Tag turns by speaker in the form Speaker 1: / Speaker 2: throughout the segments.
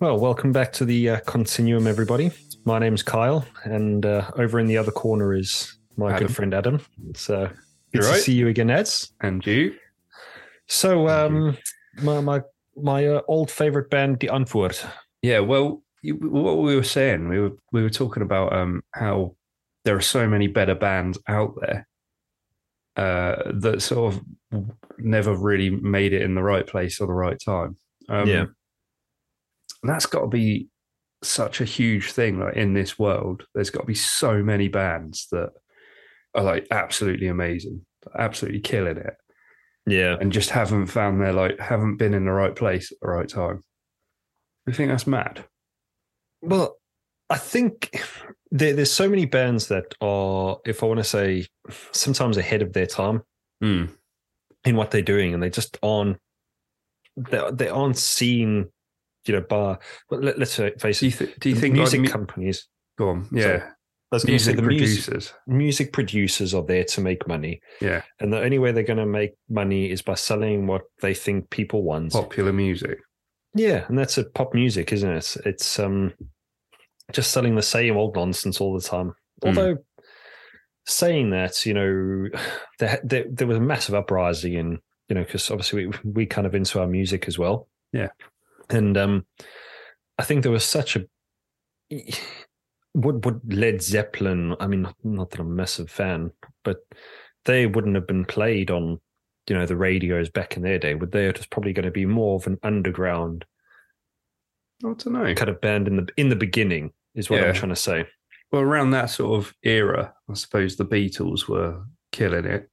Speaker 1: Well, welcome back to the uh, Continuum, everybody. My name's Kyle, and uh, over in the other corner is my
Speaker 2: Adam.
Speaker 1: good friend Adam. So
Speaker 2: You
Speaker 1: good to
Speaker 2: right?
Speaker 1: see you again, Ads.
Speaker 2: And you?
Speaker 1: So, um, my my my uh, old favorite band, The Antwoord.
Speaker 2: Yeah. Well, you, what we were saying, we were we were talking about um how there are so many better bands out there uh that sort of never really made it in the right place or the right time. Um,
Speaker 1: Yeah.
Speaker 2: and That's got to be such a huge thing like in this world. There's got to be so many bands that are like absolutely amazing, absolutely killing it,
Speaker 1: Yeah,
Speaker 2: and just haven't found their like haven't been in the right place at the right time. I think that's mad.
Speaker 1: Well, I think there, there's so many bands that are, if I want to say, sometimes ahead of their time Hmm.
Speaker 2: Mm.
Speaker 1: in what they're doing, and they just aren't they, they aren't seen, you know, by well, let, us face
Speaker 2: Do
Speaker 1: it,
Speaker 2: you, th- do you
Speaker 1: the
Speaker 2: think
Speaker 1: music
Speaker 2: like, mu-
Speaker 1: companies?
Speaker 2: go on,
Speaker 1: sorry,
Speaker 2: yeah,
Speaker 1: That's
Speaker 2: music
Speaker 1: the music,
Speaker 2: producers,
Speaker 1: music producers are there to make money,
Speaker 2: Yeah.
Speaker 1: and the only way they're going to make money is by selling what they think people want.
Speaker 2: popular music.
Speaker 1: Yeah, and that's it, pop music, isn't it? It's um just selling the same old nonsense all the time.
Speaker 2: Mm.
Speaker 1: Although saying that, you know, there, there there was a massive uprising in you know because obviously we we kind of into our music as well.
Speaker 2: Yeah.
Speaker 1: and um, I think there was such a would would Led Zeppelin. I mean, not, not that I'm a massive fan, but they wouldn't have been played on you know the radios back in their day. Would they? It was probably going to be more of an underground
Speaker 2: I don't know.
Speaker 1: kind of band in the in the beginning is what
Speaker 2: Yeah.
Speaker 1: I'm trying to say.
Speaker 2: Well, around that sort of era, I suppose the Beatles were killing it.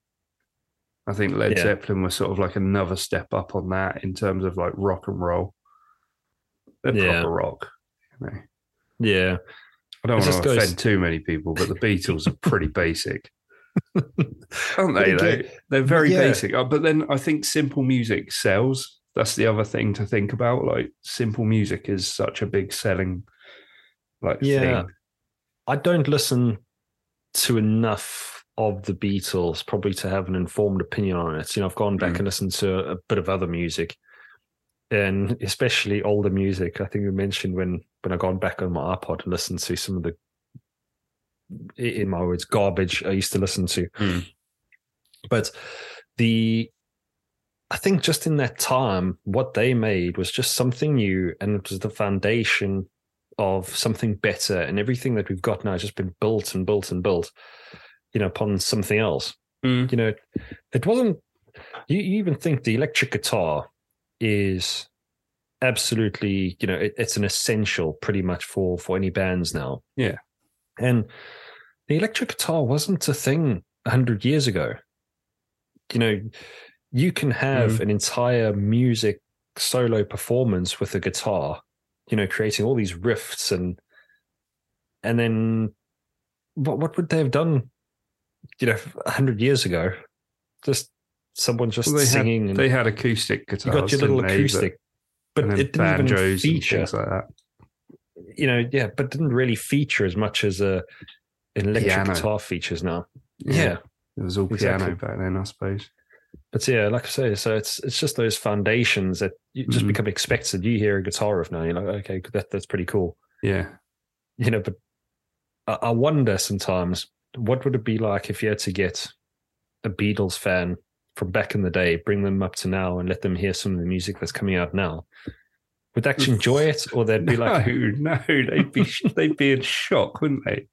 Speaker 2: I think Led
Speaker 1: Yeah.
Speaker 2: Zeppelin was sort of like another step up on that in terms of like rock and roll. They're
Speaker 1: Yeah.
Speaker 2: proper rock. You know.
Speaker 1: Yeah,
Speaker 2: I don't
Speaker 1: It
Speaker 2: want
Speaker 1: just
Speaker 2: to
Speaker 1: goes-
Speaker 2: offend too many people, but the Beatles are pretty basic. Aren't
Speaker 1: But
Speaker 2: they?
Speaker 1: again-
Speaker 2: though? They're very
Speaker 1: Yeah.
Speaker 2: basic. Uh, But then I think simple music sells. That's the other thing to think about. Like simple music is such a big selling like
Speaker 1: Yeah.
Speaker 2: thing.
Speaker 1: I don't listen to enough of the Beatles probably to have an informed opinion on it. You know, I've gone back
Speaker 2: Mm.
Speaker 1: and listened to a bit of other music, and especially older music. I think we mentioned when when I gone back on my iPod and listened to some of the, in my words, garbage I used to listen to.
Speaker 2: Mm.
Speaker 1: But the, I think just in that time, what they made was just something new, and it was the foundation of something better and everything that we've got now has just been built and built and built you know upon something else
Speaker 2: Mm.
Speaker 1: you know it wasn't you, you even think the electric guitar is absolutely you know it, it's an essential pretty much for for any bands now
Speaker 2: Yeah.
Speaker 1: and the electric guitar wasn't a thing 100 years ago you know you can have
Speaker 2: Mm.
Speaker 1: an entire music solo performance with a guitar you know creating all these riffs and and then what what would they have done you know 100 years ago just someone just
Speaker 2: Well, they had-
Speaker 1: singing and
Speaker 2: They had acoustic
Speaker 1: you
Speaker 2: guitars.
Speaker 1: got your little
Speaker 2: didn't they? But-
Speaker 1: acoustic but,
Speaker 2: and then
Speaker 1: it didn't
Speaker 2: banjos
Speaker 1: even
Speaker 2: and
Speaker 1: feature
Speaker 2: things like that.
Speaker 1: you know yeah but didn't really feature as much as a an electric
Speaker 2: Piano.
Speaker 1: guitar features now yeah.
Speaker 2: It was all piano
Speaker 1: Exactly.
Speaker 2: back then, I suppose.
Speaker 1: But yeah, like I say, so it's it's just those foundations that you just
Speaker 2: Mhm.
Speaker 1: become expected. You hear a guitar riff now, you're like, okay, that that's pretty cool,
Speaker 2: Yeah.
Speaker 1: you know. But I, I wonder sometimes what would it be like if you had to get a Beatles fan from back in the day, bring them up to now, and let them hear some of the music that's coming out now. Would they actually enjoy it, or they'd be like,
Speaker 2: no, no, they'd be they'd be in shock, wouldn't they?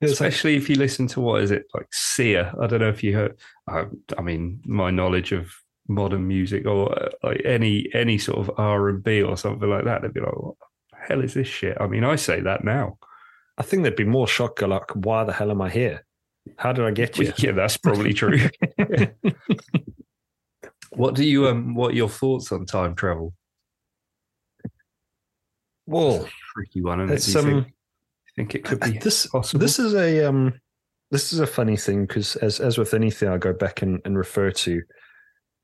Speaker 1: it's like,
Speaker 2: Especially if you listen to what is it like Sia? I don't know if you heard. I, I mean, my knowledge of modern music or uh, like any any sort of R and B or something like that, they'd be like, "What the hell is this shit?" I mean, I say that now.
Speaker 1: I think they'd be more shocked, like, why the hell am I here? How did I get
Speaker 2: Well,
Speaker 1: you?
Speaker 2: yeah, that's probably true. what do you um? What are your thoughts on time travel?
Speaker 1: Well,
Speaker 2: Tricky one, isn't it? Do
Speaker 1: it's
Speaker 2: you
Speaker 1: um.
Speaker 2: think, think it could
Speaker 1: Uh,
Speaker 2: be
Speaker 1: this
Speaker 2: possible?
Speaker 1: this is a um this is a funny thing because as as with anything i go back and, and refer to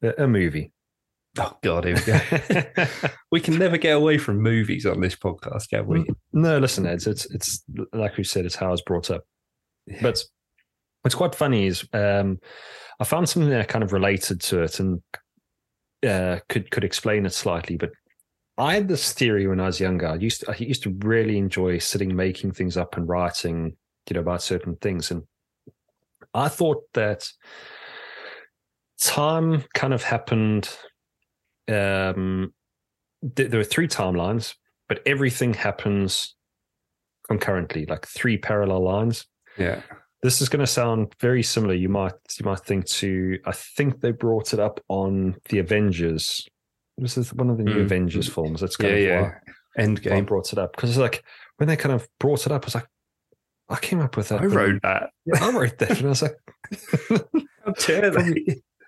Speaker 1: a, a movie
Speaker 2: Oh God, here we go. we can never get away from movies on this podcast, can we?
Speaker 1: no listen ed it's it's like we said it's how i was brought up but what's quite funny is um i found something that kind of related to it and uh could could explain it slightly but I had this theory when I was younger. I used to, I used to really enjoy sitting, making things up, and writing, you know, about certain things. And I thought that time kind of happened. Um, th- there are three timelines, but everything happens concurrently, like three parallel lines.
Speaker 2: Yeah.
Speaker 1: This is going to sound very similar. You might you might think to I think they brought it up on the Avengers. This is one of the new
Speaker 2: Mm.
Speaker 1: Avengers films. That's
Speaker 2: Yeah.
Speaker 1: kind of why-
Speaker 2: Yeah. End
Speaker 1: why I
Speaker 2: game.
Speaker 1: brought it up because it's like when they kind of brought it up, I was like, I came up with that.
Speaker 2: I
Speaker 1: when-
Speaker 2: wrote that.
Speaker 1: Yeah, I wrote that, and I was like,
Speaker 2: How dare they?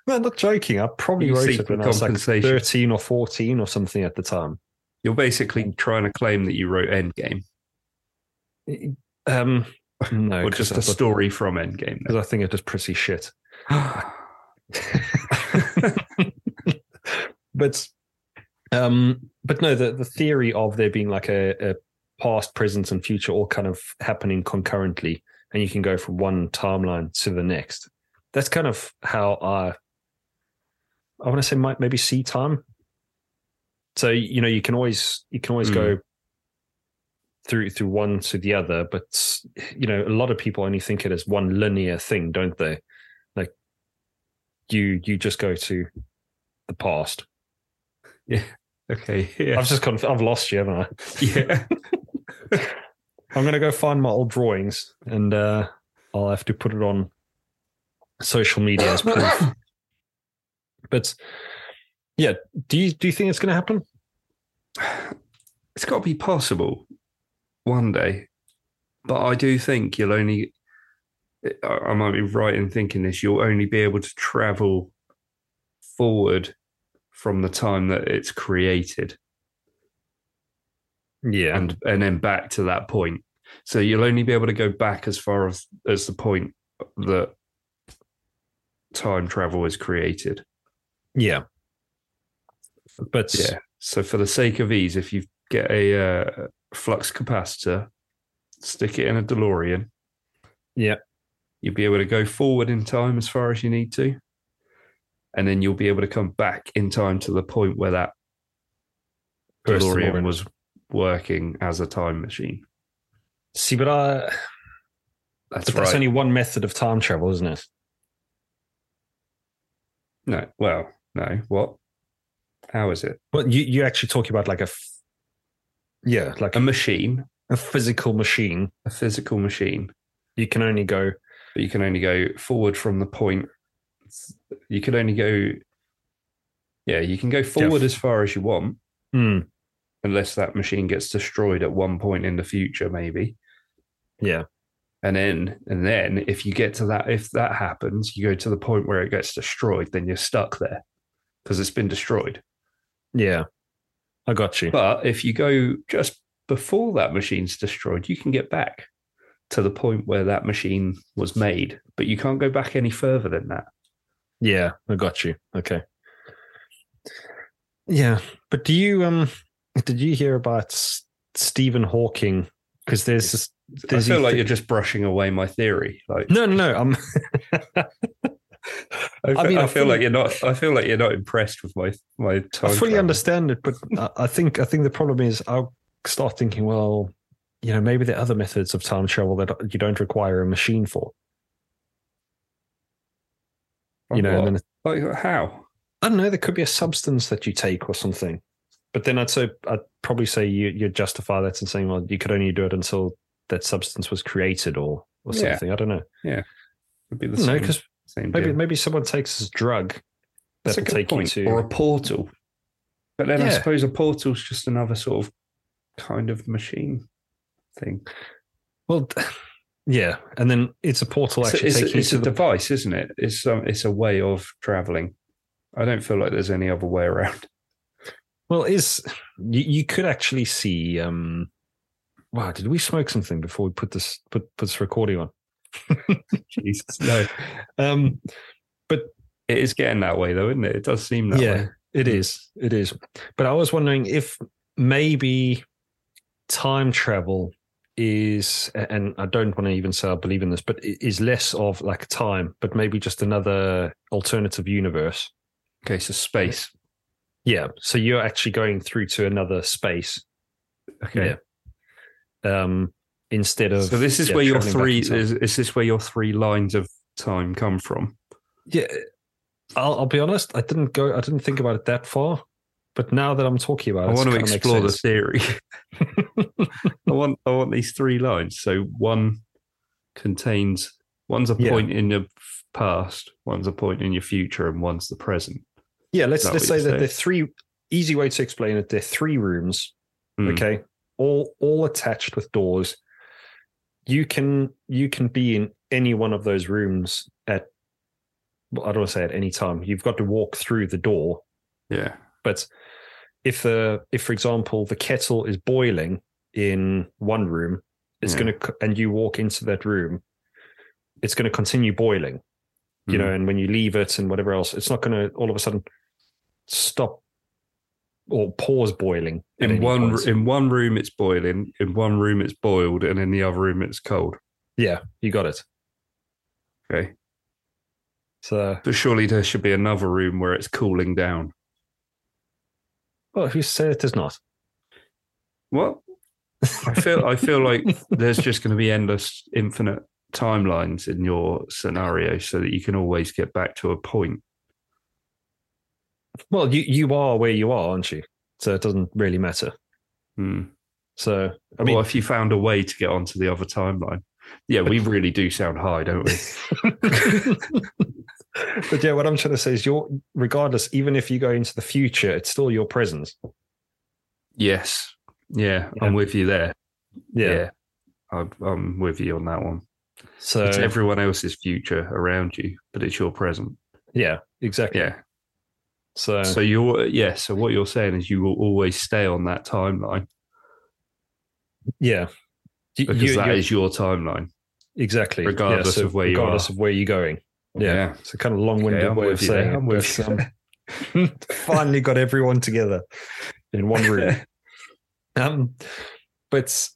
Speaker 1: no, I'm not joking. I probably
Speaker 2: You
Speaker 1: wrote
Speaker 2: seek
Speaker 1: it when I was like
Speaker 2: compensation.
Speaker 1: 13 or 14 or something at the time.
Speaker 2: You're basically trying to claim that you wrote Endgame
Speaker 1: Um, no,
Speaker 2: or
Speaker 1: 'cause
Speaker 2: just
Speaker 1: I
Speaker 2: a
Speaker 1: thought-
Speaker 2: story from Endgame.
Speaker 1: because I think it was pretty shit. but um but no the, the theory of there being like a, a past present and future all kind of happening concurrently and you can go from one timeline to the next that's kind of how i i want to say might maybe see time so you know you can always you can always go through through one to the other but you know a lot of people only think it as one linear thing don't they like you you just go to the past
Speaker 2: okay. Yeah.
Speaker 1: I've just conf- I've lost you, haven't I?
Speaker 2: yeah.
Speaker 1: I'm gonna go find my old drawings, and uh, I'll have to put it on social media as proof. but yeah, do you do you think it's gonna happen?
Speaker 2: it's got to be possible one day. But I do think you'll only, I I might be right in thinking this, you'll only be able to travel forward from the time that it's created
Speaker 1: Yeah,
Speaker 2: and, and then back to that point. So you'll only be able to go back as far as, as the point that time travel is created.
Speaker 1: yeah. But
Speaker 2: Yeah. So for the sake of ease, if you get a uh, flux capacitor, stick it in a DeLorean.
Speaker 1: Yeah.
Speaker 2: You'll be able to go forward in time as far as you need to. And then you'll be able to come back in time to the point where that
Speaker 1: First of all,
Speaker 2: DeLorean was working as a time machine.
Speaker 1: see, but I
Speaker 2: That's
Speaker 1: but
Speaker 2: right.
Speaker 1: that's only one method of time travel, isn't it?
Speaker 2: no, well, no. What? How is it?
Speaker 1: But you you actually talking about like a f- yeah like
Speaker 2: A
Speaker 1: a,
Speaker 2: machine,
Speaker 1: a physical machine.
Speaker 2: a physical machine.
Speaker 1: You can only go
Speaker 2: but you can only go forward from the point. You can only go, yeah, you can go forward as far as you want,
Speaker 1: Hmm.
Speaker 2: unless that machine gets destroyed at one point in the future, maybe.
Speaker 1: Yeah.
Speaker 2: And then, and then, if you get to that, if that happens, you go to the point where it gets destroyed, then you're stuck there because it's been destroyed.
Speaker 1: yeah. I got you.
Speaker 2: But if you go just before that machine's destroyed, you can get back to the point where that machine was made, but you can't go back any further than that.
Speaker 1: Yeah, I got you. Okay. Yeah, but do you um did you hear about S- Stephen Hawking? Because there's this,
Speaker 2: I
Speaker 1: there's
Speaker 2: feel
Speaker 1: he-
Speaker 2: like you're just brushing away my theory. Like,
Speaker 1: no, no, no. I'm
Speaker 2: I, fe-
Speaker 1: I mean,
Speaker 2: I
Speaker 1: I
Speaker 2: feel
Speaker 1: fully-
Speaker 2: like you're not. I feel like you're not impressed with my my time.
Speaker 1: I fully
Speaker 2: travel.
Speaker 1: understand it, but I, I think I think the problem is I'll start thinking, well, you know, maybe there are other methods of time travel that you don't require a machine for. You
Speaker 2: Like
Speaker 1: know, and
Speaker 2: what?
Speaker 1: then
Speaker 2: like how?
Speaker 1: I don't know. There could be a substance that you take or something, but then I'd say I'd probably say you you justify that and saying, well, you could only do it until that substance was created or or
Speaker 2: Yeah.
Speaker 1: something. I don't know.
Speaker 2: It'd be the
Speaker 1: No,
Speaker 2: same,
Speaker 1: because
Speaker 2: same
Speaker 1: maybe
Speaker 2: deal.
Speaker 1: maybe someone takes this drug
Speaker 2: That's a
Speaker 1: that'll
Speaker 2: good
Speaker 1: take
Speaker 2: point.
Speaker 1: you to
Speaker 2: or a portal. But then I
Speaker 1: Yeah.
Speaker 2: suppose a portal's just another sort of kind of machine thing.
Speaker 1: well, yeah, and then it's a portal
Speaker 2: It's, a-
Speaker 1: actually
Speaker 2: it's a-
Speaker 1: taking you
Speaker 2: it's
Speaker 1: to
Speaker 2: a
Speaker 1: the
Speaker 2: device, isn't it? It's um, it's a way of traveling. I don't feel like there's any other way around.
Speaker 1: well is you, you could actually see um wow did we smoke something before we put this put, put this recording on
Speaker 2: Jesus, no.
Speaker 1: um
Speaker 2: It is getting that way though, isn't it? It does seem that way.
Speaker 1: It
Speaker 2: Mm.
Speaker 1: is. It is. But I was wondering if maybe time travel is, and I don't want to even say I believe in this, but i- is less of like time, but maybe just another alternative universe.
Speaker 2: Okay, so space.
Speaker 1: Yeah. So you're actually going through to another space.
Speaker 2: Okay.
Speaker 1: Yeah. Um, instead of
Speaker 2: So this is
Speaker 1: yeah,
Speaker 2: where your
Speaker 1: traveling back
Speaker 2: three
Speaker 1: in time.
Speaker 2: is, is this where your three lines of time come from?
Speaker 1: Yeah. I'll, I'll be honest. I didn't go. I didn't think about it that far. But now that I'm talking about it,
Speaker 2: I
Speaker 1: it's
Speaker 2: want to
Speaker 1: kinda makes
Speaker 2: explore the
Speaker 1: sense.
Speaker 2: theory. I want I want these three lines. So one contains one's a
Speaker 1: Yeah.
Speaker 2: point in your past, one's a point in your future, and one's the present.
Speaker 1: Yeah, let's
Speaker 2: Is that
Speaker 1: let's
Speaker 2: what
Speaker 1: say
Speaker 2: you
Speaker 1: that
Speaker 2: say?
Speaker 1: they're three easy way to explain it. They're three rooms,
Speaker 2: Mm.
Speaker 1: okay, all all attached with doors. You can you can be in any one of those rooms at well, I don't want to say at any time. You've got to walk through the door,
Speaker 2: Yeah.
Speaker 1: but if the if for example the kettle is boiling in one room, it's
Speaker 2: Yeah.
Speaker 1: going to and you walk into that room, it's going to continue boiling
Speaker 2: Hmm.
Speaker 1: you know, and when you leave it and whatever else, it's not going to all of a sudden stop or pause boiling. at
Speaker 2: in
Speaker 1: any
Speaker 2: one
Speaker 1: point.
Speaker 2: in one room it's boiling, in one room it's boiled, and in the other room it's cold.
Speaker 1: yeah, you got it.
Speaker 2: Okay.
Speaker 1: So,
Speaker 2: But surely there should be another room where it's cooling down.
Speaker 1: well, who said it is not?
Speaker 2: What? I feel I feel like there's just going to be endless, infinite timelines in your scenario, so that you can always get back to a point.
Speaker 1: Well, you you are where you are, aren't you? So it doesn't really matter.
Speaker 2: Hmm.
Speaker 1: So I
Speaker 2: I
Speaker 1: mean,
Speaker 2: or if you found a way to get onto the other timeline. Yeah, we really do sound high, don't we?
Speaker 1: but yeah, what I'm trying to say is, you're regardless. Even if you go into the future, it's still your presence.
Speaker 2: yes. Yeah,
Speaker 1: Yeah.
Speaker 2: I'm with you there.
Speaker 1: Yeah.
Speaker 2: I'm, I'm with you on that one.
Speaker 1: So
Speaker 2: it's everyone else's future around you, but it's your present.
Speaker 1: yeah, exactly.
Speaker 2: Yeah.
Speaker 1: So,
Speaker 2: So you're yeah. So what you're saying is you will always stay on that timeline
Speaker 1: yeah, You-
Speaker 2: because
Speaker 1: you-
Speaker 2: that
Speaker 1: you're-
Speaker 2: is your timeline.
Speaker 1: Exactly.
Speaker 2: Regardless of where you
Speaker 1: regardless
Speaker 2: are.
Speaker 1: of where you're going. Yeah. It's a kind of long-winded
Speaker 2: Okay, I'm
Speaker 1: way of
Speaker 2: with you
Speaker 1: saying
Speaker 2: there.
Speaker 1: it,
Speaker 2: I'm with
Speaker 1: but,
Speaker 2: you.
Speaker 1: um, finally got everyone together in one room. um, but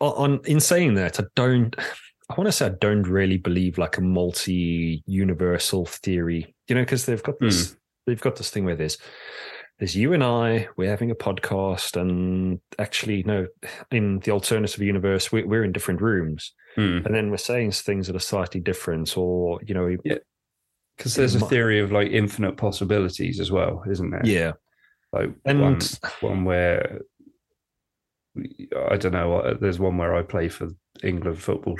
Speaker 1: o- on in saying that, I don't. I want to say I don't really believe like a multi-universal theory. You know, because they've got this. They've got this thing where there's there's you and I. We're having a podcast, and actually, no, in the alternative universe, we, we're in different rooms
Speaker 2: Hmm.
Speaker 1: and then we're saying things that are slightly different or you know
Speaker 2: Because there's
Speaker 1: It
Speaker 2: a
Speaker 1: might-
Speaker 2: theory of like infinite possibilities as well, isn't there?
Speaker 1: yeah
Speaker 2: Like
Speaker 1: and
Speaker 2: one, one where I don't know. There's one where I play for England football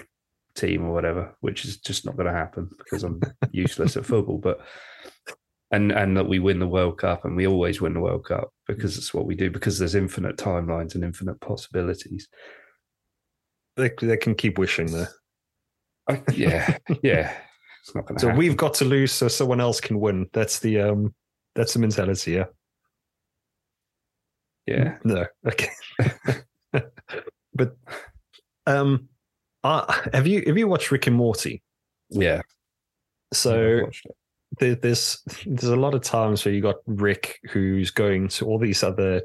Speaker 2: team or whatever, which is just not going to happen because I'm useless at football. But and and that we win the World Cup and we always win the World Cup because it's what we do. Because there's infinite timelines and infinite possibilities.
Speaker 1: they, they can keep wishing there
Speaker 2: I, yeah, yeah. It's not going to
Speaker 1: so
Speaker 2: happen.
Speaker 1: we've got to lose so someone else can win that's the um that's the mentality yeah
Speaker 2: yeah.
Speaker 1: no okay but um uh, have you have you watched rick and morty
Speaker 2: Yeah.
Speaker 1: so
Speaker 2: I've watched it.
Speaker 1: there, there's there's a lot of times where you got rick who's going to all these other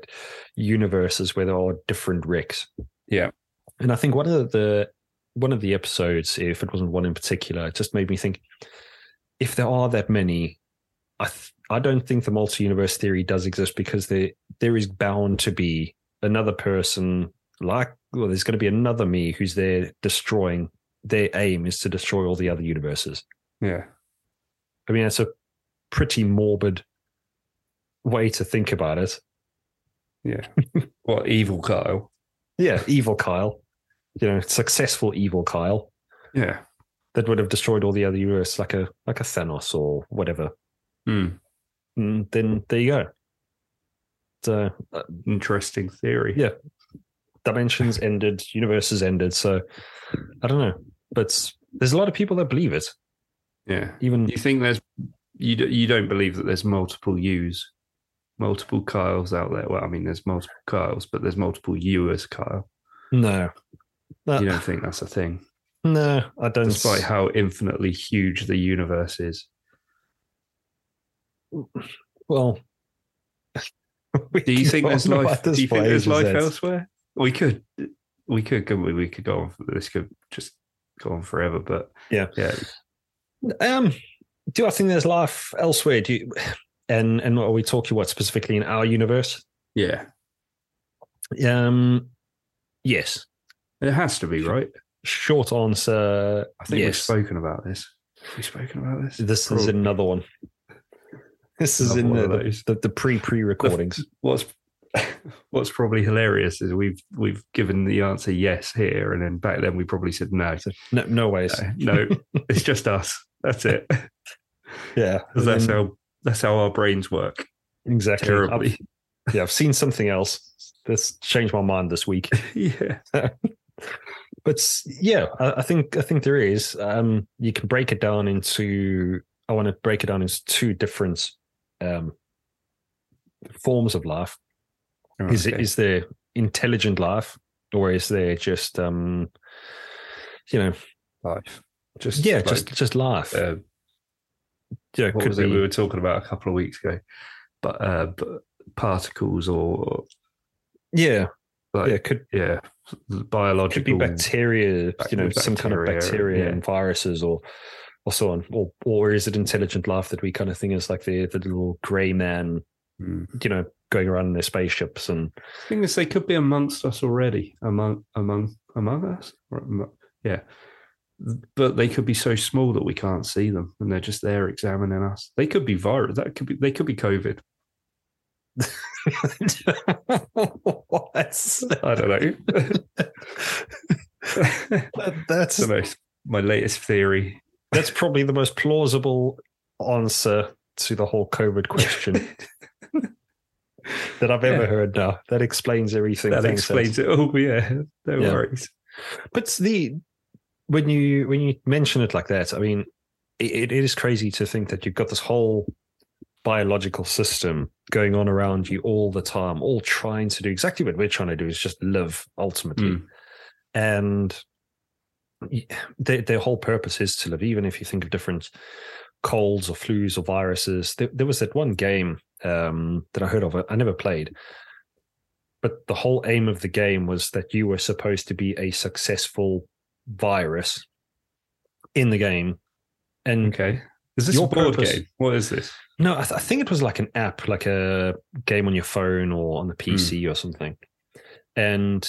Speaker 1: universes where there are different ricks
Speaker 2: Yeah.
Speaker 1: and i think one of the one of the episodes if it wasn't one in particular it just made me think if there are that many i th- i don't think the multi-universe theory does exist because there there is bound to be another person like well there's going to be another me who's there destroying their aim is to destroy all the other universes
Speaker 2: yeah.
Speaker 1: I mean, that's a pretty morbid way to think about it.
Speaker 2: What evil Kyle?
Speaker 1: Yeah, evil Kyle, you know, successful evil Kyle
Speaker 2: Yeah.
Speaker 1: that would have destroyed all the other universe, like a like a Thanos or whatever.
Speaker 2: Hmm.
Speaker 1: And then there you go. So uh,
Speaker 2: Interesting theory.
Speaker 1: Yeah. dimensions ended, universes ended. So I don't know, but there's a lot of people that believe it.
Speaker 2: Yeah.
Speaker 1: Even
Speaker 2: You think there's you d- you don't believe that there's multiple yous, multiple Kyles out there. Well, I mean, there's multiple Kyles, but there's multiple you as Kyle.
Speaker 1: no, Uh,
Speaker 2: You don't think that's a thing,
Speaker 1: no, I don't.
Speaker 2: despite how infinitely huge the universe is.
Speaker 1: well, we
Speaker 2: Do you
Speaker 1: can
Speaker 2: think
Speaker 1: go
Speaker 2: there's
Speaker 1: on about
Speaker 2: life? Do
Speaker 1: this
Speaker 2: you
Speaker 1: for
Speaker 2: think there's
Speaker 1: ages,
Speaker 2: life
Speaker 1: Ed.
Speaker 2: elsewhere? We could, we could, couldn't we? We could go on. For, this could just go on forever. But
Speaker 1: Yeah.
Speaker 2: yeah,
Speaker 1: Um, do I think there's life elsewhere? Do you, and and what are we talking what specifically in our universe?
Speaker 2: Yeah,
Speaker 1: Um, yes.
Speaker 2: it has to be right.
Speaker 1: Short answer.
Speaker 2: I think we've
Speaker 1: yes.
Speaker 2: spoken about this. Have we spoken about this?
Speaker 1: This is
Speaker 2: Probably.
Speaker 1: another one. This is
Speaker 2: Another
Speaker 1: in
Speaker 2: one
Speaker 1: the,
Speaker 2: of
Speaker 1: the,
Speaker 2: those.
Speaker 1: the pre pre recordings.
Speaker 2: What's What's probably hilarious is we've we've given the answer yes here, and then back then we probably said no.
Speaker 1: No, no ways.
Speaker 2: No, no, it's just us. That's it.
Speaker 1: Yeah,
Speaker 2: 'Cause that's
Speaker 1: And-
Speaker 2: how that's how our brains work.
Speaker 1: exactly. I've-
Speaker 2: Terribly.
Speaker 1: yeah, I've seen something else. That's changed my mind this week.
Speaker 2: yeah.
Speaker 1: But s- yeah, I, I think I think there is. Um, you can break it down into. I want to break it down into two different um, forms of life. Is it
Speaker 2: Okay.
Speaker 1: is there intelligent life, or is there just um, you know,
Speaker 2: life? Just
Speaker 1: yeah,
Speaker 2: like,
Speaker 1: just just life?
Speaker 2: uh,
Speaker 1: yeah,
Speaker 2: what
Speaker 1: could
Speaker 2: was
Speaker 1: be.
Speaker 2: it we were talking about a couple of weeks ago? But uh, b- particles or
Speaker 1: yeah,
Speaker 2: like
Speaker 1: yeah, could
Speaker 2: yeah,
Speaker 1: could
Speaker 2: biological.
Speaker 1: be bacteria,
Speaker 2: bac-
Speaker 1: you know, some kind of
Speaker 2: bacteria,
Speaker 1: bacteria
Speaker 2: yeah.
Speaker 1: and viruses, or or so on, or or is it intelligent life that we kind of think is like the the little grey man,
Speaker 2: Hmm.
Speaker 1: you know, going around in their spaceships and
Speaker 2: thing is, they could be amongst us already, among among among us. Or, am- yeah, but they could be so small that we can't see them, and they're just there examining us. They could be virus. That could be. They could be COVID.
Speaker 1: that's
Speaker 2: I don't know.
Speaker 1: that's
Speaker 2: so that's my latest theory.
Speaker 1: that's probably the most plausible answer to the whole COVID question that I've ever
Speaker 2: Yeah.
Speaker 1: heard. Now that explains everything.
Speaker 2: that
Speaker 1: Thanks, Ed.
Speaker 2: explains it. Oh yeah, no
Speaker 1: Yeah.
Speaker 2: worries.
Speaker 1: But the when you when you mention it like that, I mean, it, it is crazy to think that you've got this whole biological system going on around you all the time, all trying to do exactly what we're trying to do is just live ultimately,
Speaker 2: Mm.
Speaker 1: and y- their, their whole purpose is to live. Even if you think of different colds or flus or viruses, there, there was that one game um, that I heard of. I never played, but the whole aim of the game was that you were supposed to be a successful virus in the game. And
Speaker 2: Okay, is this
Speaker 1: Your
Speaker 2: a board
Speaker 1: purpose-
Speaker 2: game? What is this?
Speaker 1: no, I, th- I think it was like an app, like a game on your phone or on the PC or something. And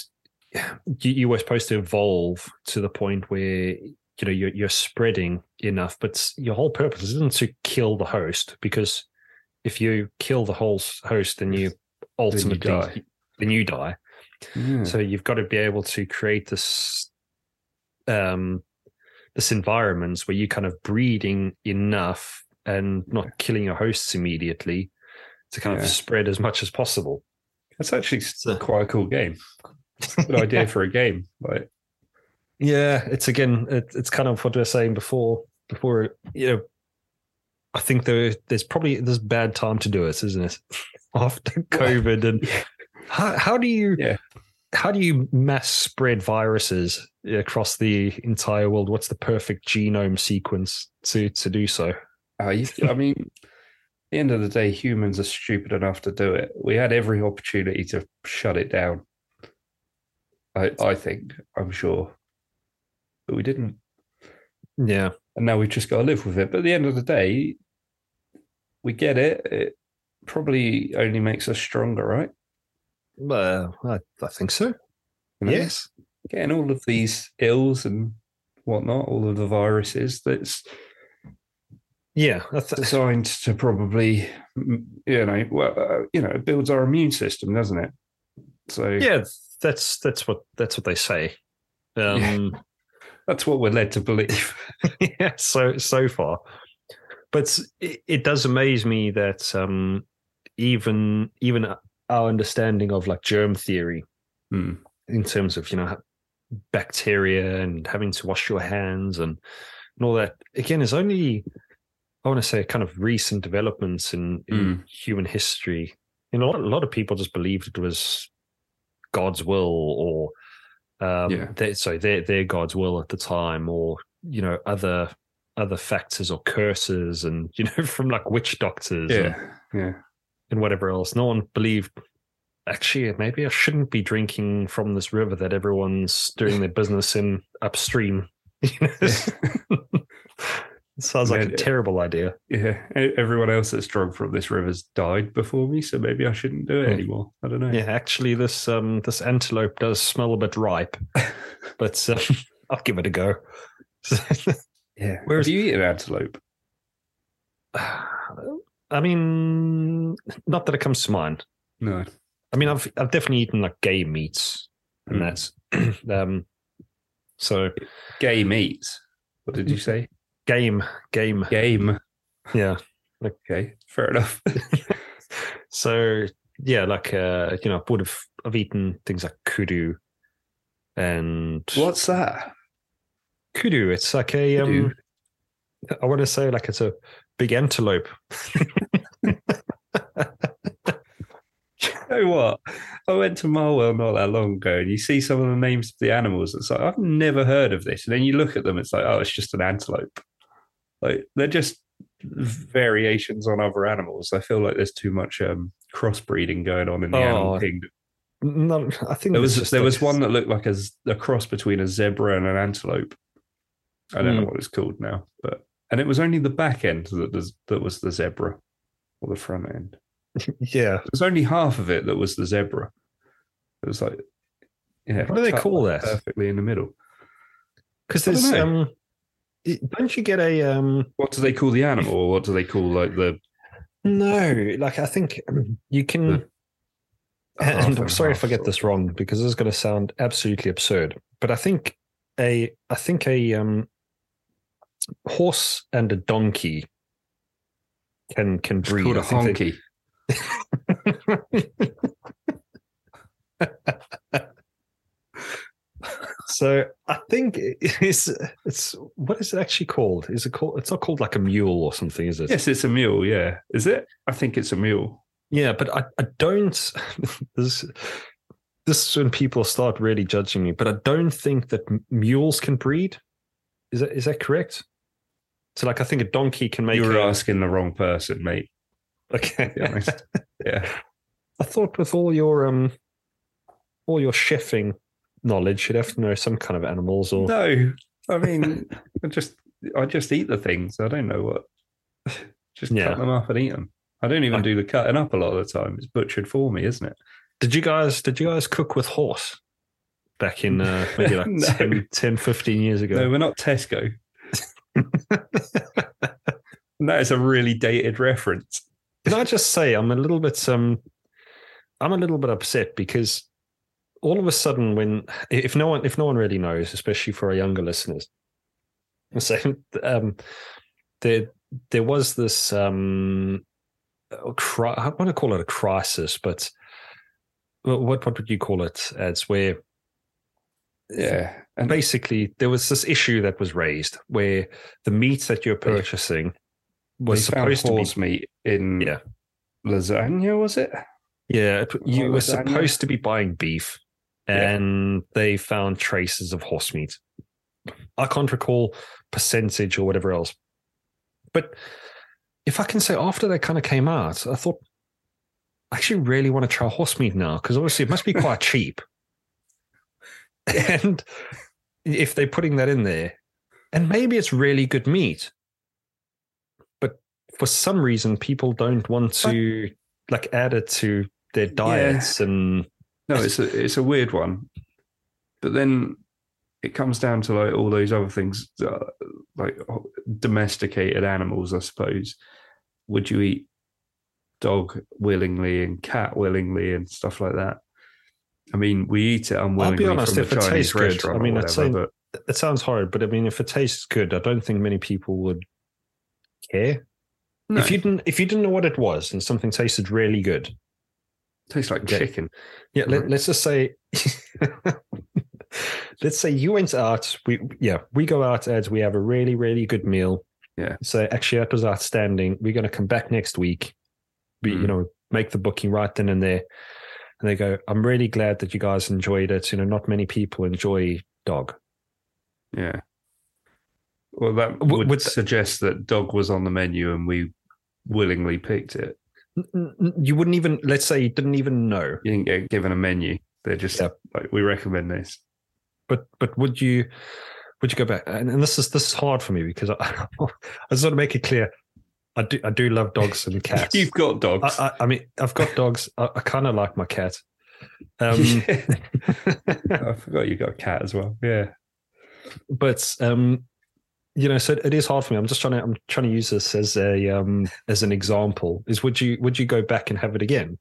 Speaker 1: you, you were supposed to evolve to the point where you know you're, you're spreading enough, but s- your whole purpose isn't to kill the host because if you kill the whole s- host, then you ultimately
Speaker 2: die.
Speaker 1: Then you die.
Speaker 2: Yeah.
Speaker 1: So you've got to be able to create this um this environment where you're kind of breeding enough and not killing your hosts immediately to kind
Speaker 2: Yeah.
Speaker 1: of spread as much as possible.
Speaker 2: That's actually quite a cool game. Good idea for a game. Like,
Speaker 1: Yeah, it's again, it, it's kind of what we were saying before. Before you know, I think there there's probably this bad time to do it, isn't it? After COVID, and how how do you
Speaker 2: Yeah.
Speaker 1: how do you mass spread viruses across the entire world? What's the perfect genome sequence to to do so?
Speaker 2: Uh, you, I mean, at the end of the day, humans are stupid enough to do it. We had every opportunity to shut it down. I, I think, I'm sure, but we didn't,
Speaker 1: Yeah,
Speaker 2: and now we've just got to live with it. But at the end of the day, we get it. It probably only makes us stronger, right?
Speaker 1: well, I, I think so.
Speaker 2: You know?
Speaker 1: Yes,
Speaker 2: getting all of these ills and whatnot, all of the viruses. That's
Speaker 1: yeah, I th-
Speaker 2: designed to probably, mm, you know, well, uh, you know, it builds our immune system, doesn't it? So
Speaker 1: yeah. That's that's what that's what they say. Um,
Speaker 2: that's what we're led to believe.
Speaker 1: yeah, so so far. But it, it does amaze me that um, even even our understanding of like germ theory
Speaker 2: Hmm.
Speaker 1: in terms of you know bacteria and having to wash your hands and and all that again is only I want to say kind of recent developments in,
Speaker 2: Hmm.
Speaker 1: in human history. You know, a lot, a lot of people just believed it was God's will, or um,
Speaker 2: Yeah.
Speaker 1: their, sorry, their their God's will at the time, or you know, other other factors or curses, and you know, from like witch doctors and,
Speaker 2: Yeah, yeah,
Speaker 1: and whatever else. No one believed. Actually, maybe I shouldn't be drinking from this river that everyone's doing their business in upstream. You know,
Speaker 2: Yeah.
Speaker 1: sounds like
Speaker 2: Yeah.
Speaker 1: a terrible idea.
Speaker 2: Yeah, e- everyone else that's drunk from this river's died before me, so maybe I shouldn't do it
Speaker 1: Hmm.
Speaker 2: anymore. I don't know.
Speaker 1: Yeah, actually, this um this antelope does smell a bit ripe, but um, I'll give it a go.
Speaker 2: yeah.
Speaker 1: Whereas-
Speaker 2: Have you eaten antelope?
Speaker 1: I mean, not that it comes to mind.
Speaker 2: No.
Speaker 1: I mean, I've I've definitely eaten like gay meats, and
Speaker 2: Hmm.
Speaker 1: that's um, so
Speaker 2: Gay meat. What did you say?
Speaker 1: game game
Speaker 2: Game.
Speaker 1: yeah.
Speaker 2: Okay, fair enough.
Speaker 1: So yeah, like uh, you know, I would have I've eaten things like kudu, and
Speaker 2: What's that?
Speaker 1: kudu? It's like a um,
Speaker 2: Kudu?
Speaker 1: I want to say like it's a big antelope.
Speaker 2: You know what? I went to Marwell not that long ago, and you see some of the names of the animals. It's like I've never heard of this, and then you look at them. It's like, oh, it's just an antelope. Like they're just variations on other animals. I feel like there's too much um, crossbreeding going on in the
Speaker 1: Oh,
Speaker 2: animal kingdom.
Speaker 1: No, I think
Speaker 2: There
Speaker 1: it's
Speaker 2: was
Speaker 1: just
Speaker 2: there
Speaker 1: like-
Speaker 2: was one that looked like a, z- a cross between a zebra and an antelope. I don't know what it's called now, but and it was only the back end that was, that was the zebra, or the front end.
Speaker 1: Yeah,
Speaker 2: It was only half of it that was the zebra. It was like, yeah.
Speaker 1: What do they
Speaker 2: cut
Speaker 1: call
Speaker 2: like
Speaker 1: that?
Speaker 2: Perfectly in the middle.
Speaker 1: because
Speaker 2: I don't
Speaker 1: there's
Speaker 2: know.
Speaker 1: um, it- don't you get a um?
Speaker 2: What do they call the animal? Or what do they call like the?
Speaker 1: No, like I think um, you can.
Speaker 2: The-
Speaker 1: and
Speaker 2: half
Speaker 1: and I'm sorry if
Speaker 2: half
Speaker 1: I get
Speaker 2: sort
Speaker 1: this wrong because this is going to sound absolutely absurd, but I think a I think a um, horse and a donkey can can
Speaker 2: of- It's
Speaker 1: breed.
Speaker 2: called a
Speaker 1: I think they-
Speaker 2: honky.
Speaker 1: so I think it's it's what is it actually called? Is it called? It's not called like a mule or something, is it?
Speaker 2: Yes, it's a mule. Yeah, is it? I think it's a mule.
Speaker 1: Yeah, but I, I don't. This this is when people start really judging me. But I don't think that m- mules can breed. Is that is that correct? So like, I think a donkey can make.
Speaker 2: you were
Speaker 1: a-
Speaker 2: asking the wrong person, mate.
Speaker 1: Okay.
Speaker 2: be honest. Yeah,
Speaker 1: I thought with all your um, all your chefing knowledge, you'd have to know some kind of animals or.
Speaker 2: no. I mean, I just I just eat the things. I don't know what. Just
Speaker 1: Yeah.
Speaker 2: cut them up and eat them. I don't even do the cutting up a lot of the time. It's butchered for me, isn't it?
Speaker 1: Did you guys did you guys cook with horse back in uh, maybe like
Speaker 2: No.
Speaker 1: 10, 10, 15 years ago?
Speaker 2: No, we're not Tesco. And that is a really dated reference.
Speaker 1: Can I just say I'm a little bit um I'm a little bit upset because all of a sudden when if no one if no one really knows, especially for our younger listeners, so um there there was this um cri- I want to call it a crisis, but what what what would you call it? It's where
Speaker 2: Yeah. And
Speaker 1: basically there was this issue that was raised where the meat that you're purchasing was
Speaker 2: they found
Speaker 1: supposed to be
Speaker 2: horse meat in
Speaker 1: Yeah.
Speaker 2: lasagna, was it?
Speaker 1: Yeah, it- you
Speaker 2: Or
Speaker 1: were
Speaker 2: lasagna.
Speaker 1: supposed to be buying beef,
Speaker 2: Yeah.
Speaker 1: and they found traces of horse meat. I can't recall percentage or whatever else, but if I can say after they kind of came out, I thought I actually really want to try horse meat now because obviously it must be quite cheap, and if they're putting that in there, and maybe it's really good meat, but for some reason people don't want to like add it to their diets and
Speaker 2: No, it's a it's a weird one. But then it comes down to like all those other things, uh, like oh, domesticated animals, I suppose. Would you eat dog willingly and cat willingly and stuff like that? I mean, we eat it unwillingly
Speaker 1: honest,
Speaker 2: from
Speaker 1: if
Speaker 2: a
Speaker 1: it
Speaker 2: Chinese
Speaker 1: tastes good,
Speaker 2: restaurant.
Speaker 1: I
Speaker 2: or
Speaker 1: mean, I'd
Speaker 2: whatever,
Speaker 1: say-
Speaker 2: but
Speaker 1: it sounds horrid, but I mean, if it tastes good, I don't think many people would care.
Speaker 2: No,
Speaker 1: If you didn't, if you didn't know what it was, and something tasted really good,
Speaker 2: tastes like
Speaker 1: Okay.
Speaker 2: chicken.
Speaker 1: yeah. Let,
Speaker 2: Right.
Speaker 1: let's just say, let's say you went out. We yeah, we go out as we have a really really good meal.
Speaker 2: Yeah.
Speaker 1: So actually, that was outstanding. We're going to come back next week. We you
Speaker 2: Mm.
Speaker 1: know make the booking right then and there, and they go. I'm really glad that you guys enjoyed it. You know, not many people enjoy dog.
Speaker 2: Yeah. Well, that
Speaker 1: W-
Speaker 2: would
Speaker 1: would-
Speaker 2: suggest that dog was on the menu and we willingly picked it.
Speaker 1: N- n- you wouldn't even let's say you didn't even know
Speaker 2: You didn't get given a menu. They're just
Speaker 1: Yeah.
Speaker 2: like, we recommend this.
Speaker 1: but but would you would you go back? And, and this is this is hard for me because I, I just want to make it clear. I do I do love dogs and cats.
Speaker 2: You've got
Speaker 1: I,
Speaker 2: dogs.
Speaker 1: I, I mean, I've got dogs. I, I kind of like my cat. Um,
Speaker 2: Yeah. I forgot you got a cat as well. Yeah.
Speaker 1: but um you know so it is hard for me i'm just trying to i'm trying to use this as a um as an example is would you would you go back and have it again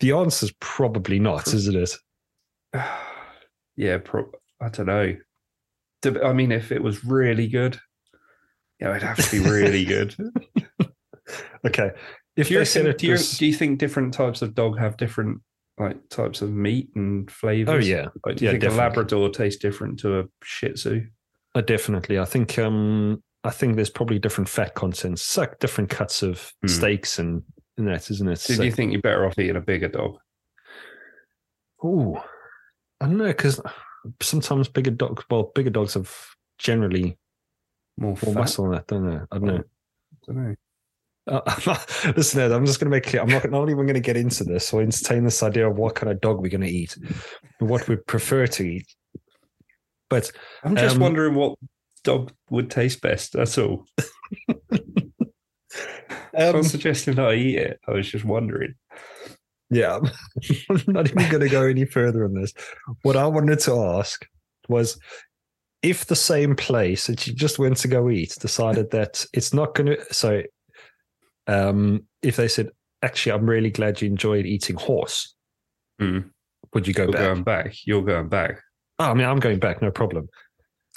Speaker 1: the answer's probably not isn't it
Speaker 2: yeah, prob I don't know. Dep- I mean, if it was really good, yeah, it'd have to be really good.
Speaker 1: okay if
Speaker 2: do, you
Speaker 1: they said
Speaker 2: reckon,
Speaker 1: it
Speaker 2: do, you,
Speaker 1: was-
Speaker 2: do you think different types of dog have different like types of meat and flavors?
Speaker 1: oh yeah
Speaker 2: Like, do you
Speaker 1: yeah,
Speaker 2: think
Speaker 1: definitely.
Speaker 2: a Labrador tastes different to a Shih Tzu?
Speaker 1: uh, definitely i think um i think there's probably different fat contents it's like different cuts of
Speaker 2: Hmm.
Speaker 1: steaks and and that isn't it
Speaker 2: So
Speaker 1: So-
Speaker 2: do you think you're better off eating a bigger dog?
Speaker 1: Oh, I don't know because sometimes bigger dogs, well, bigger dogs have generally
Speaker 2: More fat?
Speaker 1: more muscle than that, don't they? I don't know.
Speaker 2: I don't know. Oh.
Speaker 1: Uh, I'm not, listen, Ed, I'm just going to make clear. I'm not, not even going to get into this or entertain this idea of what kind of dog we're going to eat, what we prefer to eat. But
Speaker 2: I'm just
Speaker 1: Um,
Speaker 2: wondering what dog would taste best. That's all. I'm
Speaker 1: um,
Speaker 2: not suggesting that I eat it. I was just wondering.
Speaker 1: yeah, I'm not even going to go any further on this. What I wanted to ask was if the same place that you just went to go eat decided that it's not going to, so um, if they said, actually, I'm really glad you enjoyed eating horse,
Speaker 2: Hmm.
Speaker 1: would you go
Speaker 2: You're
Speaker 1: back?
Speaker 2: going back. You're going back.
Speaker 1: Oh, I mean, I'm going back, no problem.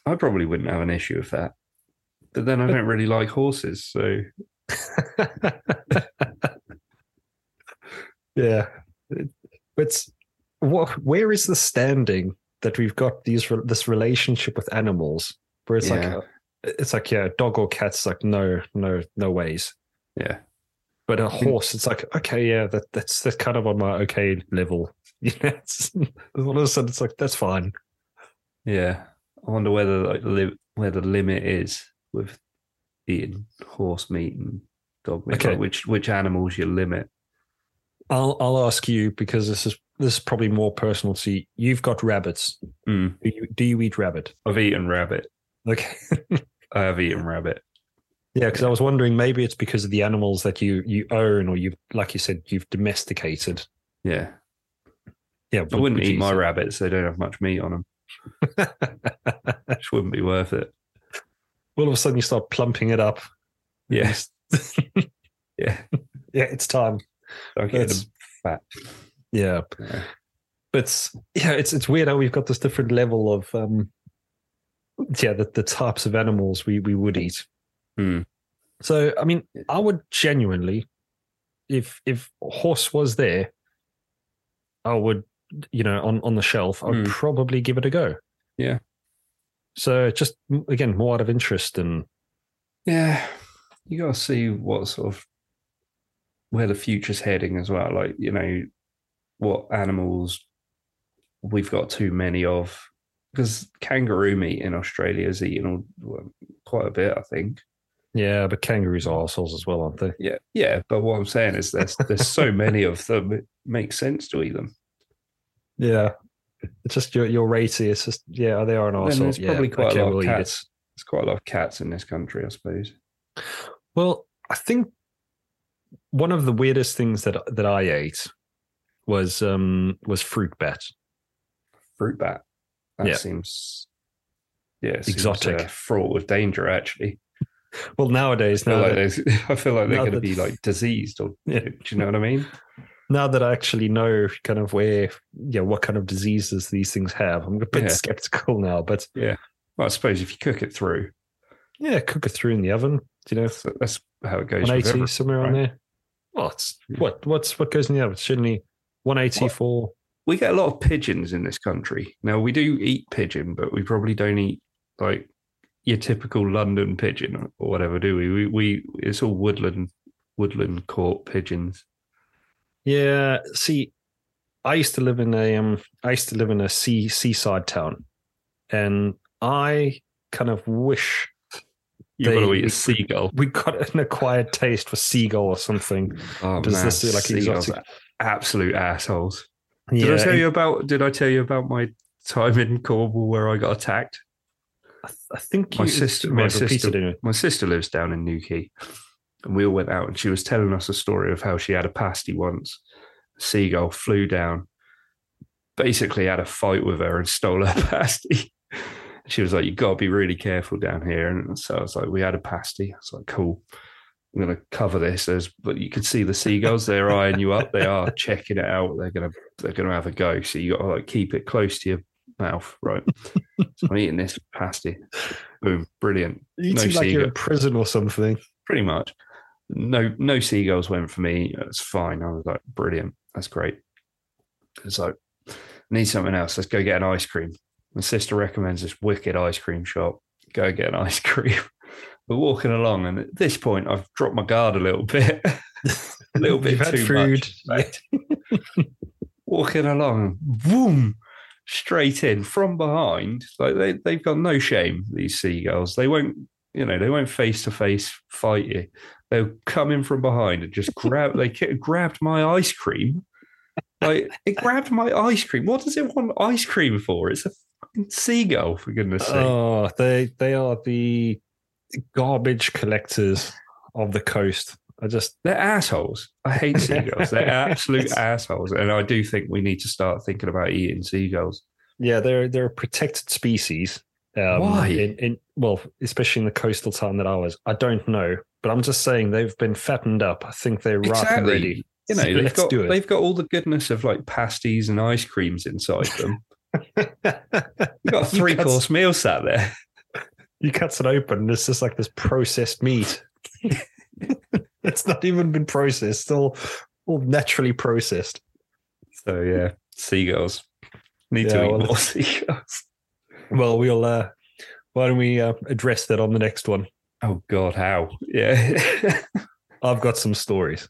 Speaker 2: I probably wouldn't have an issue with that. But then I don't really like horses, so
Speaker 1: yeah. But what, where is the standing that we've got these re- this relationship with animals where it's
Speaker 2: Yeah.
Speaker 1: like it's like yeah, dog or cat's like no, no, no ways.
Speaker 2: yeah.
Speaker 1: But a
Speaker 2: Mm.
Speaker 1: horse, it's like okay, yeah, that that's that's kind of on my okay level. You know, it's, all of a sudden it's like that's fine.
Speaker 2: Yeah. I wonder whether like li- where the limit is with eating horse meat and dog meat.
Speaker 1: Okay.
Speaker 2: Like, which which animals you limit.
Speaker 1: I'll I'll ask you because this is this is probably more personal to you. You've got rabbits.
Speaker 2: Mm.
Speaker 1: Do you, do you eat rabbit?
Speaker 2: I've eaten rabbit.
Speaker 1: Okay.
Speaker 2: I have eaten rabbit.
Speaker 1: Yeah, because I was wondering maybe it's because of the animals that you you own or you like you said you've domesticated.
Speaker 2: Yeah.
Speaker 1: Yeah,
Speaker 2: I wouldn't eat my rabbits, they don't have much meat on them. Just wouldn't be worth it.
Speaker 1: All of a sudden you start plumping it up.
Speaker 2: Yeah. yeah.
Speaker 1: Yeah, it's time.
Speaker 2: I get
Speaker 1: That's-
Speaker 2: them fat.
Speaker 1: Yeah,
Speaker 2: Yeah.
Speaker 1: but yeah, it's it's weird how we've got this different level of um yeah the, the types of animals we we would eat.
Speaker 2: Hmm.
Speaker 1: So I mean, I would genuinely, if if horse was there, I would you know on on the shelf, I'd
Speaker 2: Hmm.
Speaker 1: probably give it a go.
Speaker 2: Yeah.
Speaker 1: So just m- again, more out of interest and
Speaker 2: Yeah, you got to see what sort of where the future's heading as well. Like you know, what animals we've got too many of. Because kangaroo meat in Australia is eaten all, well, quite a bit, I think.
Speaker 1: yeah, but kangaroos are assholes as well, aren't they?
Speaker 2: Yeah, yeah. But what I'm saying is, there's there's so many of them. It makes sense to eat them.
Speaker 1: Yeah. It's just your your ratey. It's just yeah, they are an
Speaker 2: And
Speaker 1: arsehole.
Speaker 2: there's
Speaker 1: yeah,
Speaker 2: probably quite
Speaker 1: okay,
Speaker 2: a lot
Speaker 1: we'll
Speaker 2: of
Speaker 1: eat it.
Speaker 2: cats. There's quite a lot of cats in this country, I suppose.
Speaker 1: Well, I think one of the weirdest things that that I ate was um was fruit bat.
Speaker 2: Fruit bat. That
Speaker 1: Yeah.
Speaker 2: seems. Yeah, it seems,
Speaker 1: Exotic.
Speaker 2: uh, fraught with danger, actually.
Speaker 1: Well, nowadays,
Speaker 2: feel
Speaker 1: now
Speaker 2: like
Speaker 1: that,
Speaker 2: there's- I feel like they're
Speaker 1: now
Speaker 2: going to
Speaker 1: that-
Speaker 2: be like diseased, or
Speaker 1: Yeah.
Speaker 2: do you know what I mean?
Speaker 1: now that I actually know kind of where, you know, what kind of diseases these things have, I'm a bit
Speaker 2: Yeah.
Speaker 1: skeptical now. But
Speaker 2: Well, I suppose if you cook it through,
Speaker 1: yeah, cook it through in the oven, you know,
Speaker 2: so that's how it goes. With
Speaker 1: 180
Speaker 2: everything.
Speaker 1: somewhere on there. Well, it's what what's what goes in the oven? Certainly 180
Speaker 2: What?
Speaker 1: for
Speaker 2: we get a lot of pigeons in this country. Now we do eat pigeon, but we probably don't eat like your typical London pigeon or whatever, do we? We we it's all woodland woodland court pigeons.
Speaker 1: yeah. See, I used to live in a um, I used to live in a sea seaside town, and I kind of wish
Speaker 2: You
Speaker 1: They-
Speaker 2: got to eat a seagull.
Speaker 1: we got an acquired taste for seagull or something.
Speaker 2: Oh
Speaker 1: Does
Speaker 2: man,
Speaker 1: this look like
Speaker 2: seagulls
Speaker 1: exotic-
Speaker 2: are absolute assholes? Did
Speaker 1: yeah,
Speaker 2: I tell
Speaker 1: and-
Speaker 2: you about? Did I tell you about my time in Cornwall where I got attacked.
Speaker 1: I, th- I think
Speaker 2: My
Speaker 1: you-
Speaker 2: sister-
Speaker 1: you
Speaker 2: my
Speaker 1: might have repeated
Speaker 2: sister-
Speaker 1: it.
Speaker 2: My sister lives down in Newquay, and we all went out, and she was telling us a story of how she had a pasty once. A seagull flew down, basically had a fight with her and stole her pasty. She was like, "You got to be really careful down here." And so I was like, "We had a pasty." I was like, "Cool, I'm gonna cover this." There's, but you could see the seagulls; they're eyeing you up. They are checking it out. They're gonna, they're gonna have a go. So you got to like keep it close to your mouth, right? so I'm eating this pasty. Boom, brilliant
Speaker 1: You
Speaker 2: No
Speaker 1: seem like you're
Speaker 2: seagull.
Speaker 1: in prison or something.
Speaker 2: pretty much. No, no seagulls went for me. It's fine. I was like, brilliant. That's great. It's like, need something else. Let's go get an ice cream. My sister recommends this wicked ice cream shop. Go get an ice cream. We're walking along, and at this point, I've dropped my guard a little bit, a little bit
Speaker 1: You've had
Speaker 2: too
Speaker 1: food.
Speaker 2: much. in fact. walking along, boom, straight in from behind. Like they, they've got no shame. These seagulls, they won't, you know, they won't face to face fight you. They'll come in from behind and just grab. they ki- grabbed my ice cream. Like it grabbed my ice cream. What does it want ice cream for? It's a fucking seagull, for goodness' sake.
Speaker 1: Oh, they they are the garbage collectors of the coast. I just
Speaker 2: They're assholes. I hate seagulls. They're absolute assholes. And I do think we need to start thinking about eating seagulls.
Speaker 1: yeah, they're they're a protected species. Um,
Speaker 2: Why?
Speaker 1: In, in, well, especially in the coastal town that I was. I don't know, but I'm just saying they've been fattened up. I think they're ripe and
Speaker 2: Exactly.
Speaker 1: ready.
Speaker 2: You know,
Speaker 1: So
Speaker 2: they've
Speaker 1: let's
Speaker 2: got
Speaker 1: do it.
Speaker 2: they've got all the goodness of like pasties and ice creams inside them. You've got a
Speaker 1: You
Speaker 2: three
Speaker 1: can't-
Speaker 2: course meal sat there.
Speaker 1: you cut it open, and it's just like this processed meat. it's not even been processed; it's all all naturally processed.
Speaker 2: So yeah, seagulls. Need
Speaker 1: Yeah,
Speaker 2: to eat
Speaker 1: well-
Speaker 2: more seagulls.
Speaker 1: Well, we'll uh, why don't we uh, address that on the next one?
Speaker 2: Oh god, how? Yeah.
Speaker 1: I've got some stories.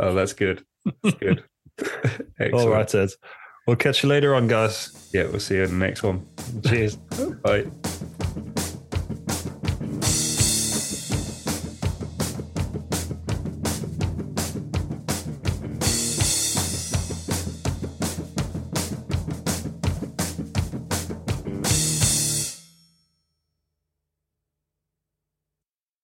Speaker 2: oh, that's good. That's good. Excellent.
Speaker 1: All right, Ed. We'll catch you later on, guys.
Speaker 2: Yeah, we'll see you in the next one.
Speaker 1: Cheers.
Speaker 2: Bye.